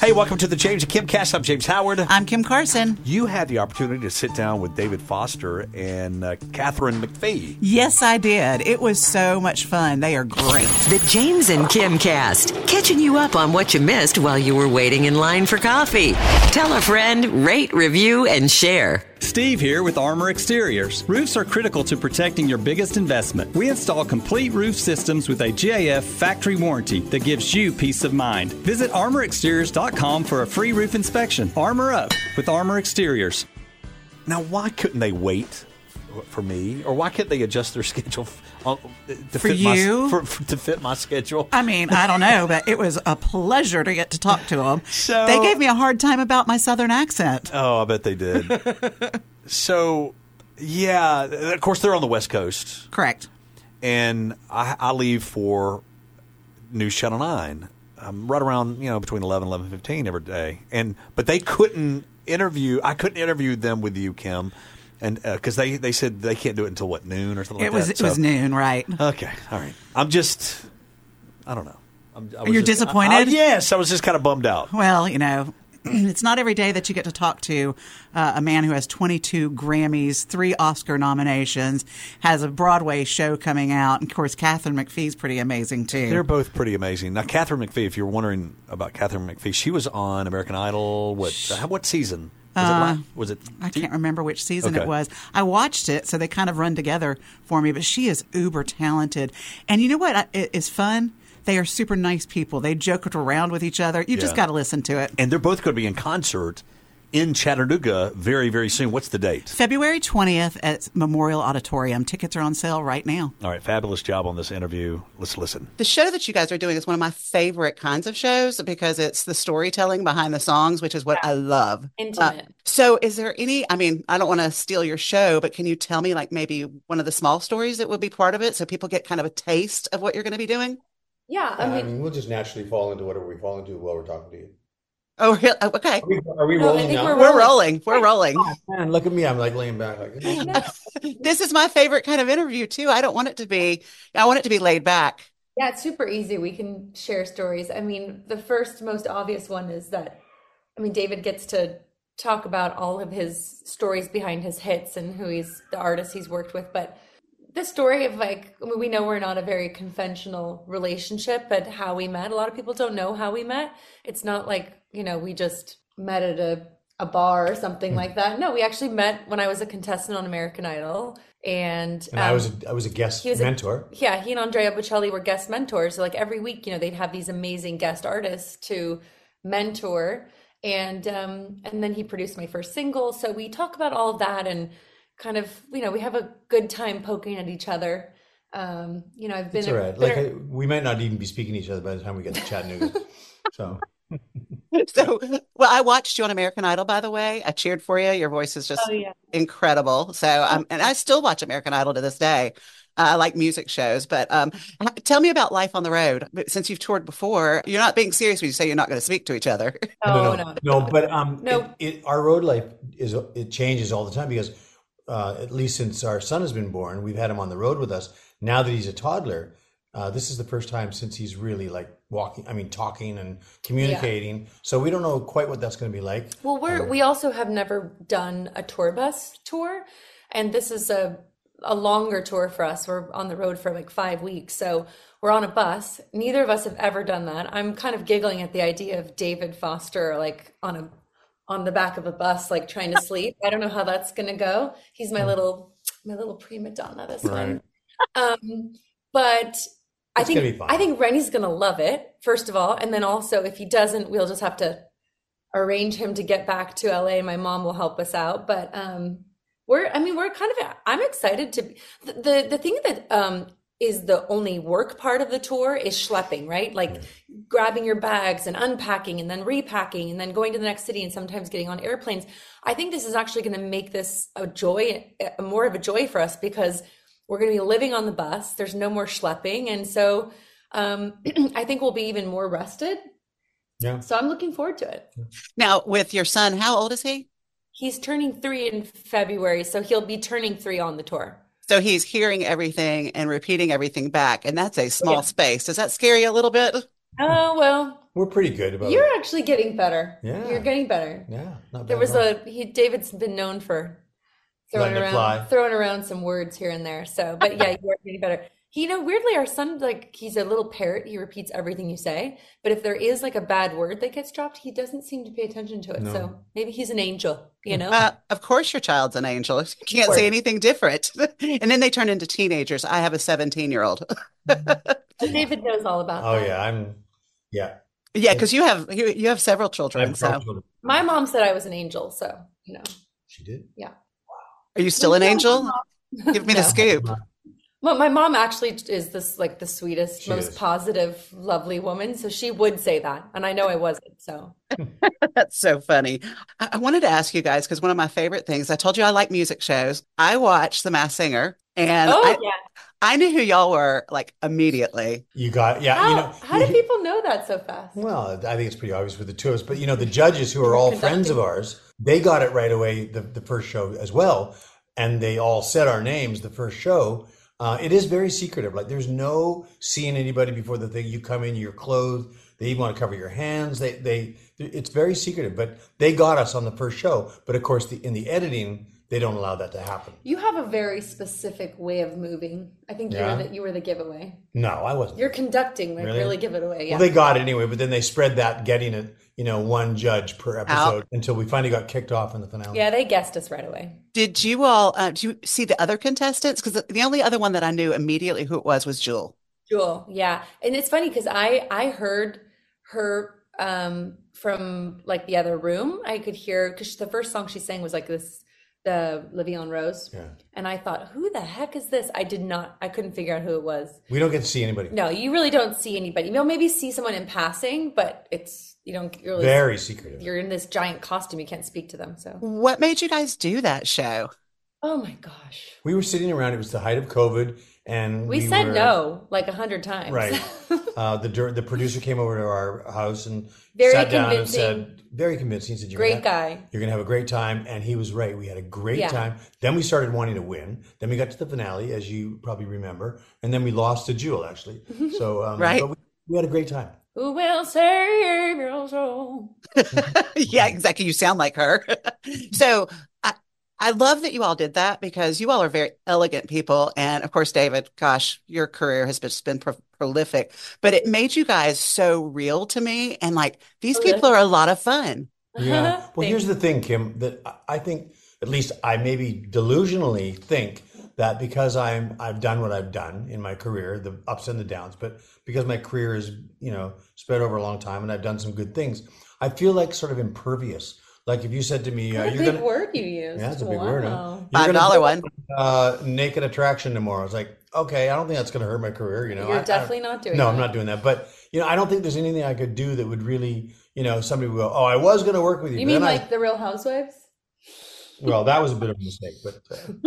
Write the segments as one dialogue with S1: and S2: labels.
S1: Hey, welcome to the James and Kim Cast. I'm James Howard.
S2: I'm Kim Carson.
S1: You had the opportunity to sit down with David Foster and uh, Catherine McPhee.
S2: Yes, I did. It was so much fun. They are great.
S3: The James and Kim Cast, catching you up on what you missed while you were waiting in line for coffee. Tell a friend, rate, review, and share.
S4: Steve here with Armor Exteriors. Roofs are critical to protecting your biggest investment. We install complete roof systems with a GAF factory warranty that gives you peace of mind. Visit armorexteriors.com for a free roof inspection. Armor up with Armor Exteriors.
S1: Now, why couldn't they wait for me, or why couldn't they adjust their schedule f- on- to
S2: For
S1: fit my,
S2: you?
S1: for, for- to fit my schedule?
S2: I mean, I don't know, but it was a pleasure to get to talk to them.
S1: So-
S2: they gave me a hard time about my southern accent.
S1: Oh, I bet they did. so, yeah, of course they're on the West Coast,
S2: Correct.
S1: and I, I leave for News Channel Nine. I'm right around you know between 11 and 11:15 every day, and but they couldn't interview. I couldn't interview them with you, Kim, and because they they said they can't do it until what noon or something
S2: It
S1: like
S2: was
S1: that.
S2: it was
S1: So-
S2: noon, right?
S1: Okay, all right. I'm just, I don't know. I'm, I was
S2: You're
S1: just- I-
S2: disappointed?
S1: I- yes, I was just kind of bummed out.
S2: Well, you know, it's not every day that you get to talk to uh, a man who has 22 Grammys, three Oscar nominations, has a Broadway show coming out, and of course, Catherine McPhee's pretty amazing too.
S1: They're both pretty amazing. Now, Catherine McPhee, if you're wondering about Catherine McPhee, she was on American Idol. What how- what season? Was
S2: Uh,
S1: it? la- Was it
S2: I can't remember which season
S1: Okay.
S2: it was. I watched it, so they kind of run together for me. But she is uber talented, and you know what I- it is fun? They are super nice people. They joke around with each other. You just
S1: Yeah.
S2: got to listen to it.
S1: and they're both going to be in concert in Chattanooga very very soon. What's the date?
S2: February twentieth at Memorial Auditorium. Tickets are on sale right now.
S1: All right, fabulous job on this interview. Let's listen.
S5: The show that you guys are doing is one of my favorite kinds of shows because it's the storytelling behind the songs, which is what I love.
S6: Intimate.
S5: Uh, So, is there any? I mean, I don't want to steal your show, but can you tell me, like, maybe one of the small stories that would be part of it so people get kind of a taste of what you're going to be doing?
S6: yeah, I
S7: I
S6: mean,
S7: mean, we'll just naturally fall into whatever we fall into while we're talking to you.
S5: Oh, really? Oh, okay.
S7: Are we, are we
S6: No, I
S7: rolling
S6: think
S7: now?
S6: we're
S5: We're rolling. We're rolling.
S7: Man, look at me. I'm like laying back. Like,
S6: I know.
S5: This is my favorite kind of interview, too. I don't want it to be, I want it to be laid back.
S6: yeah, it's super easy. We can share stories. I mean, the first most obvious one is that, I mean, David gets to talk about all of his stories behind his hits and who he's the artist he's worked with. But the story of like, I mean, we know we're not a very conventional relationship, but how we met, a lot of people don't know how we met. It's not like, you know, we just met at a, a bar or
S7: Hmm.
S6: something like that. No, we actually met when I was a contestant on American Idol. And,
S7: and I
S6: um,
S7: was a, I was a guest
S6: he was a-
S7: mentor.
S6: yeah, he and Andrea Bocelli were guest mentors. So like every week, you know, they'd have these amazing guest artists to mentor, and um, and then he produced my first single. So we talk about all of that and kind of, you know, we have a good time poking at each other. Um, you know, I've been
S7: It's all
S6: a
S7: right.
S6: been
S7: Like
S6: a-
S7: I, we might not even be speaking to each other by the time we get to Chattanooga. so
S5: So, well, I watched you on American Idol, by the way. I cheered for you. Your voice is just
S6: Oh, yeah.
S5: incredible. So, um, and I still watch American Idol to this day. Uh, I like music shows, but um, h- tell me about life on the road. But Since you've toured before, you're not being serious when you say you're not going to speak to each other.
S6: Oh,
S7: no,
S6: no.
S7: no, no. But um,
S6: No.
S7: It, it, our road life is it changes all the time because uh, at least since our son has been born, we've had him on the road with us. Now that he's a toddler, uh, this is the first time since he's really like walking. I mean, talking and communicating. So we don't know quite what that's going to be like.
S6: Well, we're
S7: Um,
S6: we also have never done a tour bus tour, and this is a a longer tour for us. We're on the road for like five weeks, so we're on a bus. Neither of us have ever done that. I'm kind of giggling at the idea of David Foster like on a on the back of a bus, like trying to sleep. I don't know how that's gonna go. He's my little my little prima donna this one. Um, but I
S7: It's
S6: think
S7: gonna be fun.
S6: I think Rennie's gonna love it, first of all, and then also if he doesn't, we'll just have to arrange him to get back to LA. My mom will help us out, but um, we're I mean we're kind of I'm excited to be, the, the the thing that um is the only work part of the tour is schlepping, right? Like grabbing your bags and unpacking and then repacking and then going to the next city and sometimes getting on airplanes. I think this is actually going to make this a joy, a, more of a joy for us because we're going to be living on the bus. There's no more schlepping. And so um, I think we'll be even more rested.
S7: Yeah.
S6: So I'm looking forward to it.
S5: Now, with your son, how old is he?
S6: He's turning three in February. So he'll be turning three on the tour.
S5: So he's hearing everything and repeating everything back, and that's a small space. Does that scare you a little bit?
S6: Oh well,
S7: We're pretty good about
S6: you're
S7: it.
S6: actually getting better.
S7: Yeah.
S6: You're getting better.
S7: Yeah, not bad.
S6: There was
S7: at all.
S6: a he, David's been known for throwing
S7: Letting it
S6: around
S7: fly.
S6: throwing around some words here and there. So, but yeah, you are getting better. He, you know, weirdly, our son like he's a little parrot. He repeats everything you say. But if there is like a bad word that gets dropped, he doesn't seem to pay attention to it.
S7: No.
S6: So maybe he's an angel. You know,
S5: Uh, of course, your child's an angel. You can't
S6: course.
S5: say anything different. and then they turn into teenagers. I have a 17 year old.
S6: But David knows all about
S7: Oh
S6: that.
S7: yeah, I'm. Yeah,
S5: yeah, because you have you, you have several children.
S7: I'm
S5: so
S6: My mom said I was an angel, so you know.
S7: She did.
S5: are you still an
S6: Yeah.
S5: angel? Give me the
S6: No.
S5: scoop.
S6: Well, my mom actually is this like the sweetest,
S7: She
S6: most
S7: is.
S6: positive, lovely woman. So she would say that, and I know I wasn't. So
S5: That's so funny. I, I wanted to ask you guys because one of my favorite things, I told you I like music shows. I watched The Masked Singer and
S6: oh
S5: I,
S6: yeah,
S5: I knew who y'all were like immediately.
S7: You got yeah.
S6: how
S7: you know,
S6: how do people know that so fast?
S7: Well, I think it's pretty obvious with the two of us, but you know, the judges who are all friends of ours, they got it right away the, the first show as well, and they all said our names the first show. Uh, it is very secretive. Like, there's no seeing anybody before the thing. You come in, you're clothed. They even want to cover your hands. They, they, it's very secretive. But they got us on the first show. But of course, the, in the editing, they don't allow that to happen.
S6: You have a very specific way of moving. I think you
S7: Yeah.
S6: were the, you were the giveaway.
S7: No, I wasn't.
S6: You're conducting, like
S7: Really?
S6: really, give it away. Yeah.
S7: Well, they got it anyway, but then they spread that getting it, you know, one judge per episode until we finally got kicked off in the finale.
S6: yeah, they guessed us right away.
S5: Did you all uh, do you see the other contestants? Because the, the only other one that I knew immediately who it was was Jewel.
S6: Jewel, yeah. And it's funny because I I heard her um from like the other room. I could hear because the first song she sang was like this the Le'Veon Rose.
S7: Yeah.
S6: And I thought, who the heck is this? I did not I couldn't figure out who it was.
S7: We don't get to see anybody.
S6: No, you really don't see anybody. You'll maybe see someone in passing, but it's you don't really
S7: Very secretive.
S6: you're in this giant costume, you can't speak to them. So
S5: What made you guys do that show?
S6: Oh my gosh.
S7: we were sitting around. It was the height of COVID, and
S6: We said
S7: were-
S6: no like a hundred times.
S7: Right. Uh, the dir- the producer came over to our house and
S6: Very
S7: sat down
S6: convincing.
S7: and said, "Very convincing." He said, you're
S6: Great
S7: gonna-
S6: guy.
S7: You're gonna have a great time, and he was right. We had a great
S6: Yeah.
S7: time. Then we started wanting to win. Then we got to the finale, as you probably remember, and then we lost to Jewel actually. So um,
S5: Right.
S7: but we, we had a great time.
S6: Who will save your soul?
S5: yeah, exactly. You sound like her. so I, I love that you all did that because you all are very elegant people. And of course, David, gosh, your career has just been pro- prolific, but it made you guys so real to me. And like, these
S6: Okay.
S5: people are a lot of fun.
S7: Yeah. Well, here's
S6: Thanks.
S7: the thing, Kim, that I- I think, at least I maybe delusionally think that because I'm I've done what I've done in my career, the ups and the downs, but because my career is, you know, spread over a long time and I've done some good things, I feel like sort of impervious. Like if you said to me, uh,
S6: What a
S7: you're
S6: big
S7: gonna
S6: word you used.
S7: Yeah, that's a big word, huh?
S6: Wow.
S7: You're
S5: Five
S7: gonna
S5: dollar
S7: do,
S5: one.
S7: uh naked attraction tomorrow. It's like, okay, I don't think that's gonna hurt my career, you know. I-
S6: You're
S7: I-
S6: definitely not doing
S7: no,
S6: that.
S7: I'm not doing that. But you know, I don't think there's anything I could do that would really, you know, somebody would go, "Oh, I was going to work with you."
S6: You
S7: but
S6: mean
S7: then I,
S6: like the Real Housewives?
S7: well, that was a bit of a mistake, but uh,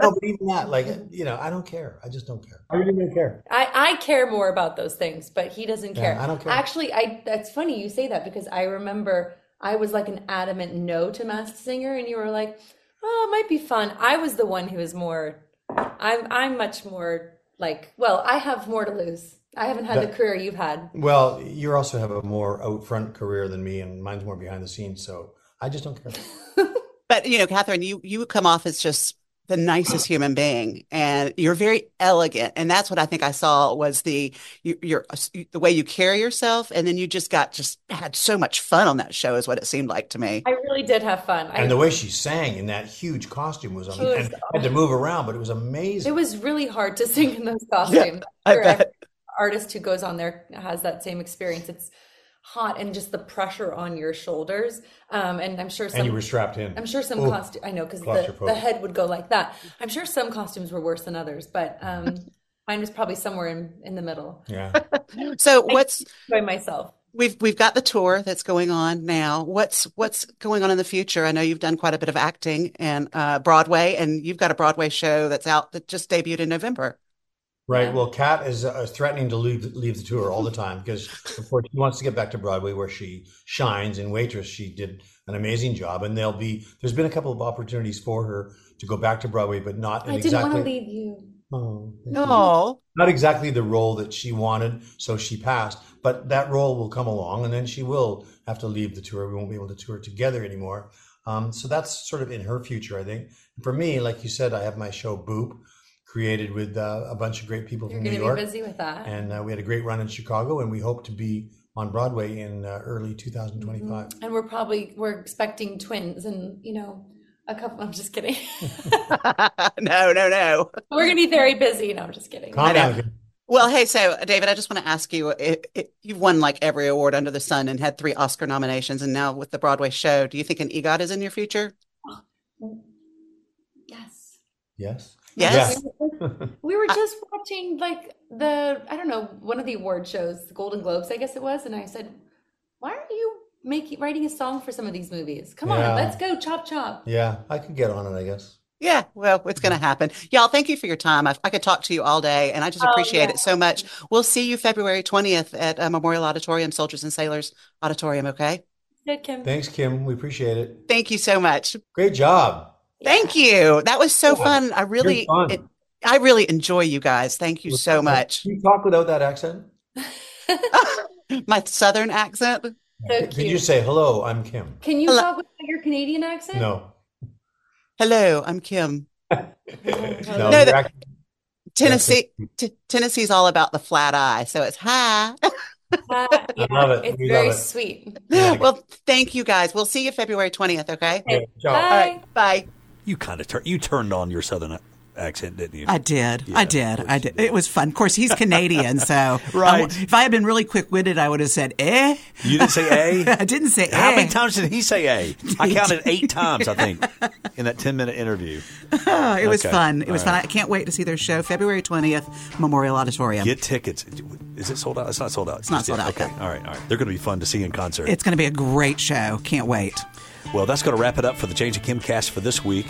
S7: no, but even that, like, you know, I don't care. I just don't care. I really don't care.
S6: I, I care more about those things, but he doesn't
S7: Yeah,
S6: care.
S7: I don't care.
S6: Actually, I that's funny you say that because I remember I was like an adamant no to Masked Singer, and you were like, "Oh, it might be fun." I was the one who was more. I'm I'm much more like. Well, I have more to lose. I haven't had the
S7: That-
S6: career you've had.
S7: Well, you also have a more out front career than me, and mine's more behind the scenes. So I just don't care.
S5: But you know, Catherine, you you come off as just the nicest human being, and you're very elegant, and that's what I think I saw was the you, your the way you carry yourself, and then you just got just had so much fun on that show is what it seemed like to me.
S6: I really did have fun. I
S7: And the way she sang in that huge costume was,
S6: She was-
S7: amazing. I had to move around, but it was amazing.
S6: It was really hard to sing in those costumes.
S5: I
S6: Sure, every
S5: bet.
S6: artist who goes on there has that same experience. It's hot and just the pressure on your shoulders. Um, and I'm sure
S7: and you
S6: some,
S7: were strapped in.
S6: I'm sure some
S7: Oh,
S6: costume, I know, because the, the
S7: claustrophobic.
S6: head would go like that. I'm sure some costumes were worse than others, but um, mine was probably somewhere in, in the middle
S7: Yeah.
S5: So what's
S6: by myself.
S5: we've we've got the tour that's going on now. What's what's going on in the future? I know you've done quite a bit of acting and uh, Broadway, and you've got a Broadway show that's out that just debuted in November.
S7: Right. Well, Kat is uh, threatening to leave leave the tour all the time because, of course, she wants to get back to Broadway where she shines. In Waitress, she did an amazing job, and there'll be there's been a couple of opportunities for her to go back to Broadway, but not in
S6: I didn't want
S7: exactly
S6: to leave you.
S7: Oh, thank you.
S5: No.
S7: Not exactly the role that she wanted, so she passed. But that role will come along, and then she will have to leave the tour. We won't be able to tour together anymore. Um, so that's sort of in her future, I think. For me, like you said, I have my show Boop, created with uh, a bunch of great people
S6: You're
S7: from New
S6: going to
S7: York,
S6: be busy with that.
S7: and uh, we had a great run in Chicago, and we hope to be on Broadway in uh, early 2025.
S5: Mm-hmm.
S6: and we're probably we're expecting twins and you know a couple i'm just kidding
S5: no, no, no.
S6: we're gonna be very busy no i'm just kidding
S7: Calm
S5: know.
S7: down. kid.
S5: Well, hey, so uh, David, I just want to ask you, i i you've won like every award under the sun and had three Oscar nominations, and now with the Broadway show, do you think an EGOT is in your future?
S6: yes
S7: Yes.
S5: Yes.
S6: We were just watching like the I don't know one of the award shows, the Golden Globes, I guess it was, and I said, "Why aren't you making writing a song for some of these movies? Come on,
S7: Yeah.
S6: let's go, chop chop."
S7: Yeah, I could get on it, I guess.
S5: Yeah, well, it's going to happen. Y'all, thank you for your time. I, I could talk to you all day, and I just
S6: Oh,
S5: appreciate
S6: yeah.
S5: it so much. We'll see you February 20th at uh, Memorial Auditorium, Soldiers and Sailors Auditorium, okay?
S6: Good, Kim.
S7: Thanks, Kim. We appreciate it.
S5: Thank you so much.
S7: Great job.
S5: Thank you. That was so fun. I
S7: You're
S5: really,
S7: fun.
S5: it, I really enjoy you guys. Thank you so much.
S7: Can you talk without that accent?
S5: My southern accent.
S6: So
S7: Could
S6: cute.
S7: you say hello? I'm Kim.
S6: Can you
S5: Hello.
S6: talk with your Canadian accent?
S7: No,
S5: Hello, I'm Kim.
S7: no,
S5: No,
S7: your
S5: that-
S7: accent-
S5: Tennessee, t- Tennessee's all about the flat eye, so it's hi.
S6: Uh, yeah,
S7: love it.
S6: It's
S7: We
S6: very
S7: love it.
S6: sweet.
S7: Yeah.
S5: Well, thank you guys. We'll see you February 20th, okay?
S7: yeah, ciao.
S5: All right, bye.
S1: You kind of tur- you turned on your southern a- accent, didn't you?
S2: I did. I did. I did. It was fun. Of course, he's Canadian, so
S1: Right.
S2: I w- if I had been really quick-witted, I would have said "eh."
S1: you didn't say
S2: I
S1: a.
S2: didn't say
S1: How many
S2: "eh."
S1: times did he say a? I counted eight times, I think, in that ten minute interview.
S2: Oh, it was
S1: Okay.
S2: fun. It
S1: All
S2: was fun. I can't wait to see their show February twentieth, Memorial Auditorium.
S1: Get tickets. Is it sold out? It's not sold out. It's
S2: not sold out,
S1: Okay.
S2: no.
S1: All right. All right. They're going to be fun to see in concert.
S2: It's going to be a great show. Can't wait.
S1: well, that's going to wrap it up for the Change of Kim cast for this week.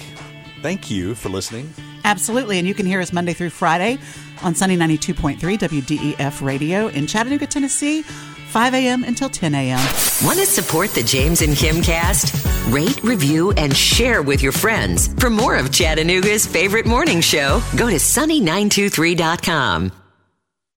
S1: Thank you for listening.
S2: Absolutely. And you can hear us Monday through Friday on Sunny 92.3 WDEF E Radio in Chattanooga, Tennessee, 5 a.m. until 10 a.m.
S3: Want to support the James and Kim cast? Rate, review, and share with your friends. For more of Chattanooga's favorite morning show, go to sunny923.com.